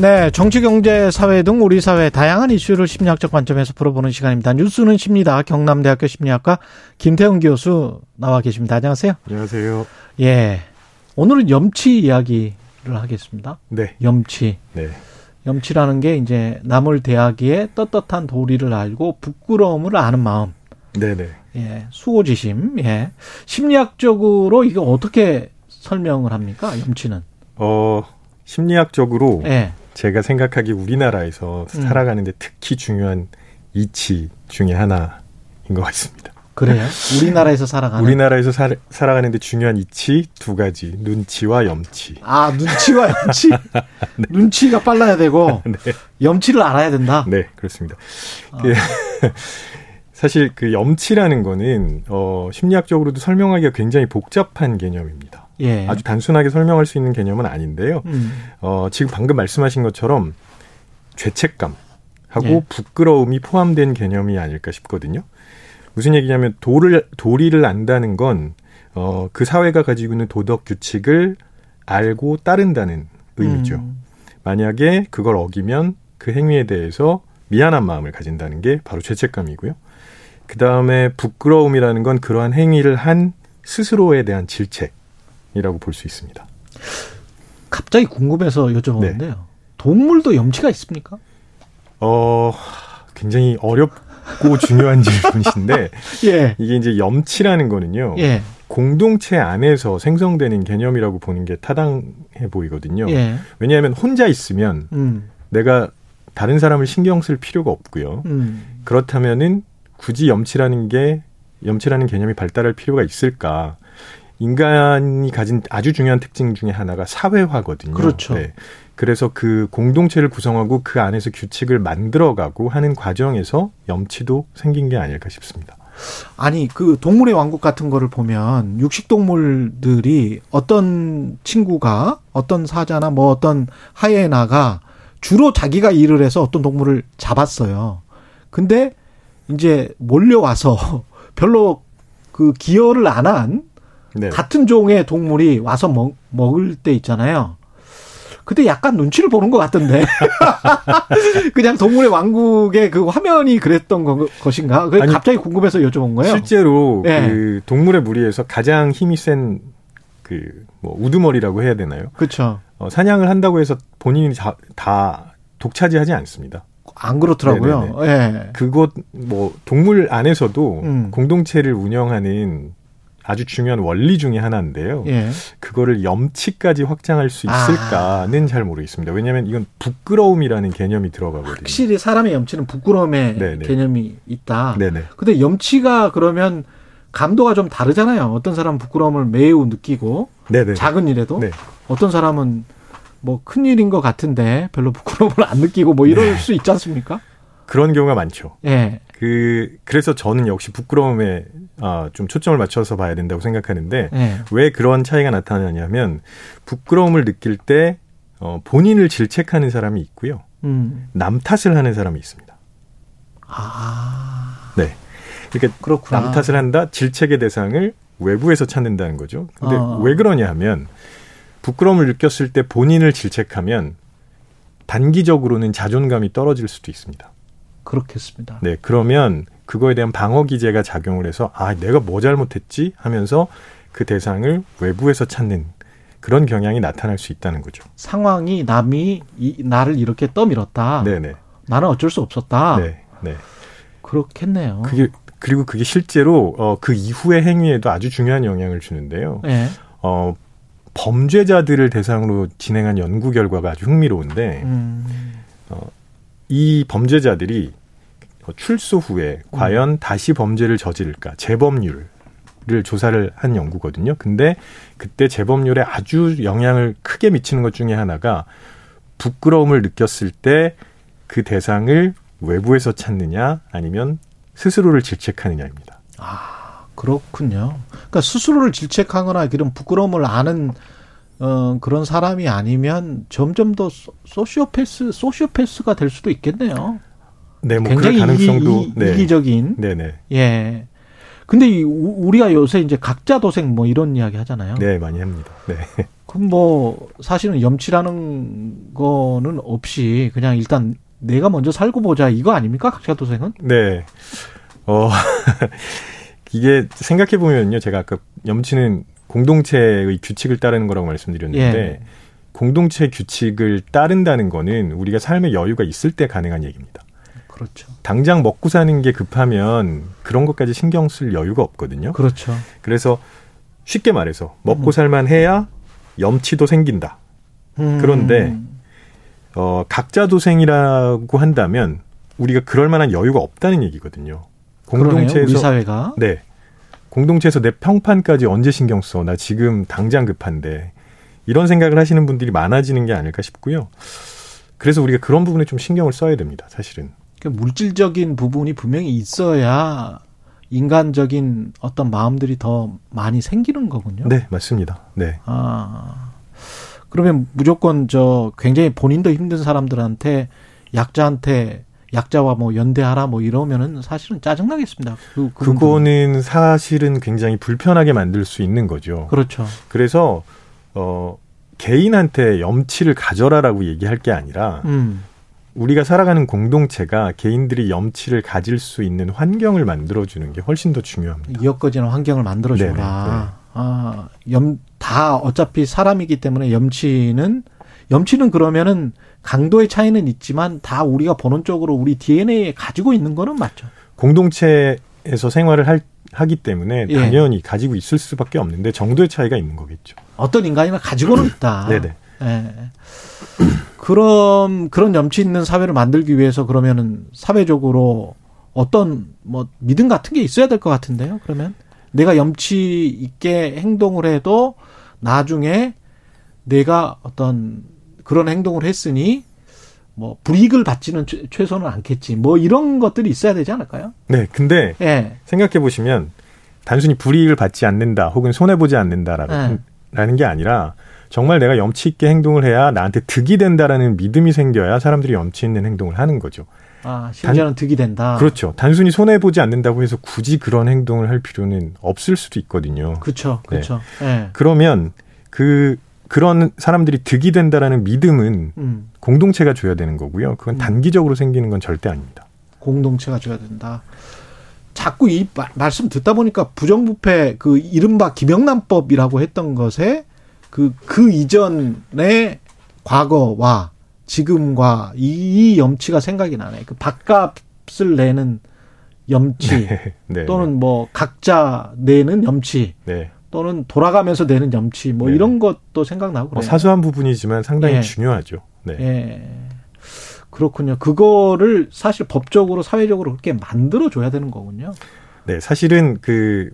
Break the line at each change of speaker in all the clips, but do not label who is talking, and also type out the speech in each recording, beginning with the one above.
네, 정치, 경제, 사회 등 우리 사회 다양한 이슈를 심리학적 관점에서 풀어보는 시간입니다. 뉴스는 십니다. 경남대학교 심리학과 김태훈 교수 나와 계십니다. 안녕하세요.
안녕하세요.
예. 오늘은 염치 이야기를 하겠습니다.
네.
염치.
네.
염치라는 게 이제 남을 대하기에 떳떳한 도리를 알고 부끄러움을 아는 마음.
네네.
예. 수호지심. 예. 심리학적으로 이게 어떻게 설명을 합니까? 염치는.
어, 심리학적으로
예.
제가 생각하기 우리나라에서
음.
살아가는데 특히 중요한 이치 중에 하나인 것 같습니다.
그래요. 우리나라에서 살아가는. 네.
우리나라에서 살, 아가는데 중요한 이치 두 가지. 눈치와 염치.
아 눈치와 염치
네.
눈치가 빨라야 되고 염치를 알아야 아. 된다
네, 그렇습니다. 그, 사실 그 염치라는 거는, 어, 심리학적으로도 설명하기가 굉장히 복잡한 개념입니다.
예
아주 단순하게 설명할 수 있는 개념은 아닌데요.
음,
어, 지금 방금 말씀하신 것처럼 죄책감하고
예.
부끄러움이 포함된 개념이 아닐까 싶거든요. 무슨 얘기냐면 도를 도리를 안다는 건 어, 그 사회가 가지고 있는 도덕 규칙을 알고 따른다는 의미죠.
음,
만약에 그걸 어기면 그 행위에 대해서 미안한 마음을 가진다는 게 바로 죄책감이고요. 그 다음에 부끄러움이라는 건 그러한 행위를 한 스스로에 대한 질책이라고 볼 수 있습니다.
갑자기 궁금해서 여쭤보는데요
네.
동물도 염치가 있습니까
어, 굉장히 어렵고 중요한 질문이신데,
예예
이게 이제 염치라는 거는요,
예.
공동체 안에서 생성되는 개념이라고 보는 게 타당해 보이거든요.
예.
왜냐하면 혼자 있으면
음,
내가 다른 사람을 신경 쓸 필요가 없고요.
음.
그렇다면은 굳이 염치라는 게, 염치라는 개념이 발달할 필요가 있을까? 인간이 가진 아주 중요한 특징 중에 하나가 사회화거든요. 네.
그렇죠.
그래서 그 공동체를 구성하고 그 안에서 규칙을 만들어가고 하는 과정에서 염치도 생긴 게 아닐까 싶습니다.
아니 그 동물의 왕국 같은 거를 보면 육식 동물들이 어떤 친구가 어떤 사자나 뭐 어떤 하이에나가 주로 자기가 일을 해서 어떤 동물을 잡았어요. 근데 이제 몰려와서 별로 그 기여를 안 한
네.
같은 종의 동물이 와서 먹, 먹을 때 있잖아요. 그때 약간 눈치를 보는 것 같던데. 그냥 동물의 왕국의 그 화면이 그랬던 거- 것인가? 그게
아니,
갑자기 궁금해서 여쭤본 거예요.
실제로
예.
그 동물의 무리에서 가장 힘이 센 그 뭐 우두머리라고 해야 되나요?
그렇죠.
어, 사냥을 한다고 해서 본인이 다, 다 독차지하지 않습니다.
안 그렇더라고요. 예.
그것 뭐 동물 안에서도
음.
공동체를 운영하는 아주 중요한 원리 중에 하나인데요.
예. 아.
그거를 염치까지 확장할 수 있을까는 잘 모르겠습니다. 왜냐하면 이건 부끄러움이라는 개념이 들어가거든요.
확실히 사람의 염치는 부끄러움의
네네.
개념이 있다.
네네.
근데 염치가 그러면 감도가 좀 다르잖아요. 어떤 사람은 부끄러움을 매우 느끼고
네네.
작은 일에도
네.
어떤 사람은 뭐 큰 일인 것 같은데 별로 부끄러움을 안 느끼고 뭐 이럴 수 있지 않습니까?
그런 경우가 많죠.
예.
그 그래서 저는 역시 부끄러움에 아, 좀 초점을 맞춰서 봐야 된다고 생각하는데
예.
왜 그런 차이가 나타나냐면 부끄러움을 느낄 때 어, 본인을 질책하는 사람이 있고요.
음.
남 탓을 하는 사람이 있습니다.
아.
네. 그러니까
그렇구나.
남 탓을 한다. 질책의 대상을 외부에서 찾는다는 거죠. 근데
어.
왜 그러냐 하면 부끄러움을 느꼈을 때 본인을 질책하면 단기적으로는 자존감이 떨어질 수도 있습니다.
그렇겠습니다.
네, 그러면 그거에 대한 방어 기제가 작용을 해서 아, 내가 뭐 잘못했지 하면서 그 대상을 외부에서 찾는 그런 경향이 나타날 수 있다는 거죠.
상황이 남이 이, 나를 이렇게 떠밀었다.
네, 네.
나는 어쩔 수 없었다.
네. 네.
그렇겠네요.
그게 그리고 그게 실제로 어, 그 이후의 행위에도 아주 중요한 영향을 주는데요.
예.
어, 범죄자들을 대상으로 진행한 연구 결과가 아주 흥미로운데
음.
이 범죄자들이 출소 후에
음.
과연 다시 범죄를 저지를까 재범률을 조사를 한 연구거든요. 근데 그때 재범률에 아주 영향을 크게 미치는 것 중에 하나가 부끄러움을 느꼈을 때 그 대상을 외부에서 찾느냐 아니면 스스로를 질책하느냐입니다.
그렇군요. 그러니까 스스로를 질책하거나 그런 부끄러움을 아는 어, 그런 사람이 아니면 점점 더 소- 소시오패스 소시오패스가 될 수도 있겠네요.
네, 뭐 그럴
굉장히
가능성도
이기,
네.
적인
네, 네.
예. 근데 이, 우- 우리가 요새 이제 각자 도생 뭐 이런 이야기 하잖아요.
네, 많이 합니다. 네.
그럼 뭐 사실은 염치라는 거는 없이 그냥 일단 내가 먼저 살고 보자 이거 아닙니까 각자 도생은?
네. 어, 이게 생각해보면요. 제가 아까 염치는 공동체의 규칙을 따르는 거라고 말씀드렸는데,
예.
공동체 규칙을 따른다는 거는 우리가 삶의 여유가 있을 때 가능한 얘기입니다.
그렇죠.
당장 먹고 사는 게 급하면 그런 것까지 신경 쓸 여유가 없거든요.
그렇죠.
그래서 쉽게 말해서 먹고 살만 해야 염치도 생긴다.
음.
그런데 어, 각자 도생이라고 한다면 우리가 그럴 만한 여유가 없다는 얘기거든요.
그러네요, 우리
공동체에서
사회가
네. 공동체에서 내 평판까지 언제 신경 써? 나 지금 당장 급한데. 이런 생각을 하시는 분들이 많아지는 게 아닐까 싶고요. 그래서 우리가 그런 부분에 좀 신경을 써야 됩니다. 사실은.
그 물질적인 부분이 분명히 있어야 인간적인 어떤 마음들이 더 많이 생기는 거군요.
네, 맞습니다. 네.
아 그러면 무조건 저 굉장히 본인도 힘든 사람들한테 약자한테 약자와 뭐 연대하라 뭐 이러면은 사실은 짜증 나겠습니다. 그 그분들은.
그거는 사실은 굉장히 불편하게 만들 수 있는 거죠.
그렇죠.
그래서 어 개인한테 염치를 가져라라고 얘기할 게 아니라
음
우리가 살아가는 공동체가 개인들이 염치를 가질 수 있는 환경을 만들어 주는 게 훨씬 더 중요합니다.
이어거지는 환경을 만들어 주라.
네네, 네.
아염다 어차피 사람이기 때문에 염치는 염치는 그러면은 강도의 차이는 있지만 다 우리가 본원적으로 우리 DNA에 가지고 있는 거는 맞죠.
공동체에서 생활을 할- 하기 때문에
예.
당연히 가지고 있을 수밖에 없는데 정도의 차이가 있는 거겠죠.
어떤 인간이나 가지고는 있다.
네네.
예. 그럼 그런 염치 있는 사회를 만들기 위해서 그러면은 사회적으로 어떤 뭐 믿음 같은 게 있어야 될 것 같은데요. 그러면 내가 염치 있게 행동을 해도 나중에 내가 어떤 그런 행동을 했으니 뭐 불이익을 받지는 최- 최소는 않겠지. 뭐 이런 것들이 있어야 되지 않을까요?
네, 근데
예.
생각해 보시면 단순히 불이익을 받지 않는다 혹은 손해 보지 않는다라는 게 아니라 정말 내가 염치 있게 행동을 해야 나한테 득이 된다라는 믿음이 생겨야 사람들이 염치 있는 행동을 하는 거죠.
아, 심지어는 득이 된다.
그렇죠. 단순히 손해 보지 않는다고 해서 굳이 그런 행동을 할 필요는 없을 수도 있거든요.
그렇죠.
네.
그렇죠. 예.
그러면 그 그런 사람들이 득이 된다라는 믿음은
음.
공동체가 줘야 되는 거고요. 그건
음.
단기적으로 생기는 건 절대 아닙니다.
공동체가 줘야 된다. 자꾸 이 마- 말씀 듣다 보니까 부정부패 그 이른바 김영란법이라고 했던 것에 그 그 이전의 과거와 지금과 이, 이 염치가 생각이 나네. 그 밥값을 내는 염치
네.
또는 뭐 각자 내는 염치
네.
또는 돌아가면서 내는 염치 뭐
네.
이런 것도 생각나고
뭐
그래요.
사소한 부분이지만 상당히
예.
중요하죠. 네.
예. 그렇군요. 그거를 사실 법적으로 사회적으로 그렇게 만들어 줘야 되는 거군요.
네, 사실은 그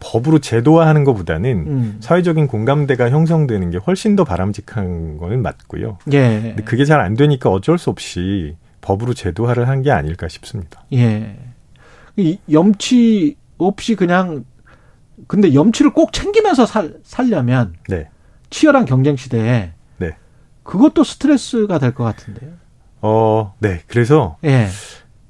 법으로 제도화하는 것보다는
음.
사회적인 공감대가 형성되는 게 훨씬 더 바람직한 거는 맞고요.
예.
근데 그게 잘 안 되니까 어쩔 수 없이 법으로 제도화를 한 게 아닐까 싶습니다.
예. 이 염치 없이 그냥 근데 염치를 꼭 챙기면서 살 살려면
네.
치열한 경쟁 시대에
네.
그것도 스트레스가 될 것 같은데요.
어, 네. 그래서
예.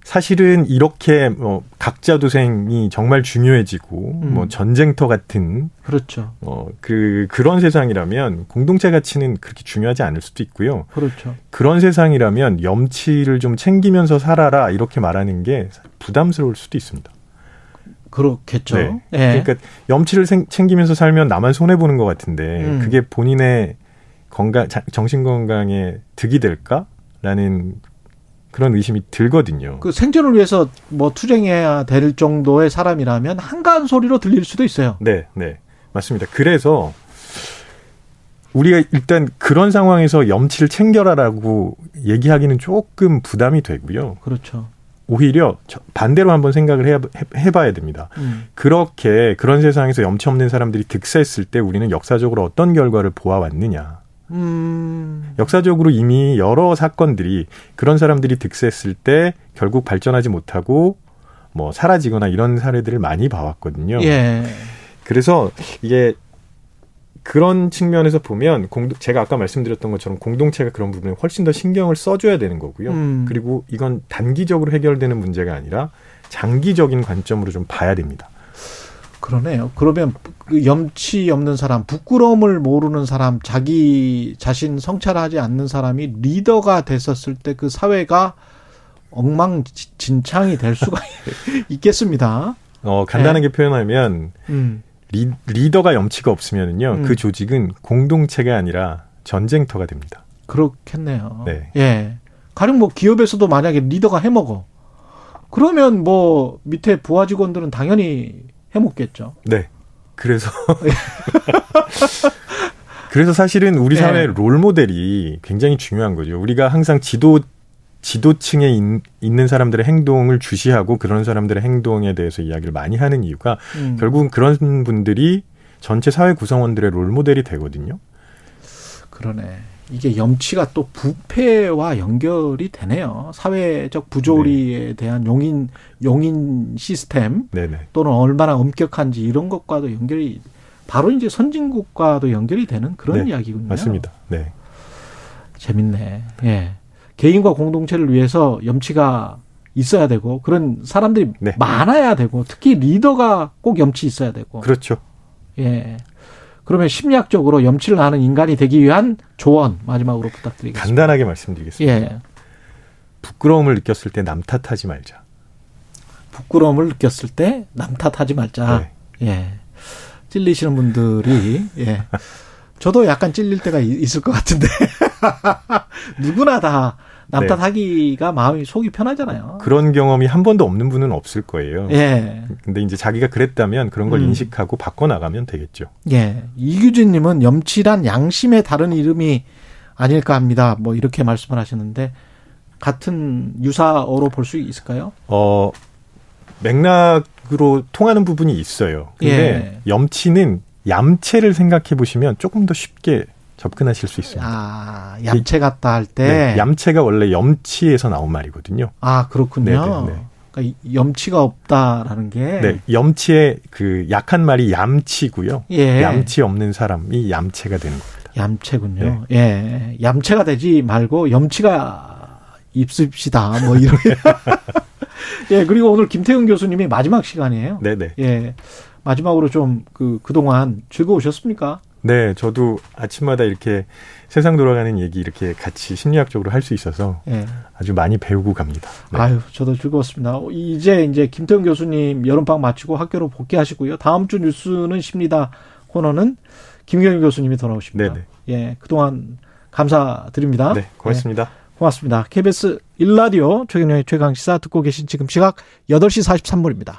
사실은 이렇게 뭐 각자 도생이 정말 중요해지고
음.
뭐 전쟁터 같은
그렇죠.
어 그 그런 세상이라면 공동체 가치는 그렇게 중요하지 않을 수도 있고요.
그렇죠.
그런 세상이라면 염치를 좀 챙기면서 살아라 이렇게 말하는 게 부담스러울 수도 있습니다.
그렇겠죠.
네.
예.
그러니까 염치를 생- 챙기면서 살면 나만 손해 보는 것 같은데
음.
그게 본인의 건강 자- 정신 건강에 득이 될까라는 그런 의심이 들거든요.
그 생존을 위해서 뭐 투쟁해야 될 정도의 사람이라면 한가한 소리로 들릴 수도 있어요.
네, 네. 맞습니다. 그래서 우리가 일단 그런 상황에서 염치를 챙겨라라고 얘기하기는 조금 부담이 되고요.
그렇죠.
오히려 저- 반대로 한번 생각을 해, 해- 해봐야 됩니다.
음.
그렇게 그런 세상에서 염치 없는 사람들이 득세했을 때 우리는 역사적으로 어떤 결과를 보아왔느냐.
음.
역사적으로 이미 여러 사건들이 그런 사람들이 득세했을 때 결국 발전하지 못하고 뭐 사라지거나 이런 사례들을 많이 봐왔거든요.
예.
그래서 이게 그런 측면에서 보면 공동, 제가 아까 말씀드렸던 것처럼 공동체가 그런 부분에 훨씬 더 신경을 써줘야 되는 거고요.
음.
그리고 이건 단기적으로 해결되는 문제가 아니라 장기적인 관점으로 좀 봐야 됩니다.
그러네요. 그러면 그 염치 없는 사람, 부끄러움을 모르는 사람, 자기 자신 성찰하지 않는 사람이 리더가 됐었을 때 그 사회가 엉망진창이 될 수가 있겠습니다.
어,
네.
간단하게 표현하면
음.
리, 리더가 염치가 없으면요
음.
그 조직은 공동체가 아니라 전쟁터가 됩니다.
그렇겠네요.
네.
예. 가령 뭐 기업에서도 만약에 리더가 해먹어. 그러면 뭐 밑에 부하 직원들은 당연히 해먹겠죠.
네. 그래서 그래서 사실은 우리
네.
사회 의롤 모델이 굉장히 중요한 거죠. 우리가 항상 지도 지도층에 인- 있는 사람들의 행동을 주시하고 그런 사람들의 행동에 대해서 이야기를 많이 하는 이유가
음.
결국은 그런 분들이 전체 사회 구성원들의 롤 모델이 되거든요.
그러네. 이게 염치가 또 부패와 연결이 되네요. 사회적 부조리에
네.
대한 용인 용인 시스템
네네.
또는 얼마나 엄격한지 이런 것과도 연결이 바로 이제 선진국과도 연결이 되는 그런
네,
이야기군요.
맞습니다. 네.
재밌네. 예. 개인과 공동체를 위해서 염치가 있어야 되고 그런 사람들이
네.
많아야 되고 특히 리더가 꼭 염치 있어야 되고
그렇죠.
예. 그러면 심리학적으로 염치를 아는 인간이 되기 위한 조언 마지막으로 부탁드리겠습니다.
간단하게 말씀드리겠습니다.
예.
부끄러움을 느꼈을 때 남 탓하지 말자.
부끄러움을 느꼈을 때 남 탓하지 말자.
네.
예. 찔리시는 분들이 예. 저도 약간 찔릴 때가 이- 있을 것 같은데 누구나 다 남
네.
탓하기가 마음이 속이 편하잖아요.
그런 음. 경험이 한 번도 없는 분은 없을 거예요.
예.
근데 이제 자기가 그랬다면 그런 걸
음.
인식하고 바꿔 나가면 되겠죠.
예. 이규진 님은 염치란 양심의 다른 이름이 아닐까 합니다. 뭐 이렇게 말씀을 하시는데 같은 유사어로 볼 수 있을까요?
어 맥락으로 통하는 부분이 있어요.
예.
근데 염치는 얌체를 생각해 보시면 조금 더 쉽게 접근하실 수 있습니다.
아, 얌체 같다 할 때.
예. 네, 얌체가 원래 염치에서 나온 말이거든요.
아 그렇군요.
네, 네, 네.
그러니까 이- 염치가 없다라는 게
네, 염치의 그 약한 말이 얌치고요.
예.
얌치 없는 사람이 얌체가 되는 겁니다.
얌체군요.
네.
예, 얌체가 되지 말고 염치가 입습시다. 뭐 이런. 예, 그리고 오늘 김태훈 교수님이 마지막 시간이에요.
네, 네.
예, 마지막으로 좀 그 그동안 즐거우셨습니까?
네, 저도 아침마다 이렇게 세상 돌아가는 얘기 이렇게 같이 심리학적으로 할 수 있어서
예.
아주 많이 배우고 갑니다. 네.
아유, 저도 즐거웠습니다. 어, 이제 이제 김태훈 교수님 여름방 마치고 학교로 복귀하시고요. 다음 주 뉴스는 십니다. 코너는 김경일 교수님이 돌아오십니다.
네네.
예, 그동안 감사드립니다.
네, 고맙습니다.
예, 고맙습니다. KBS 일라디오 최경영의 최강 시사 듣고 계신 지금 시각 8시 43분입니다.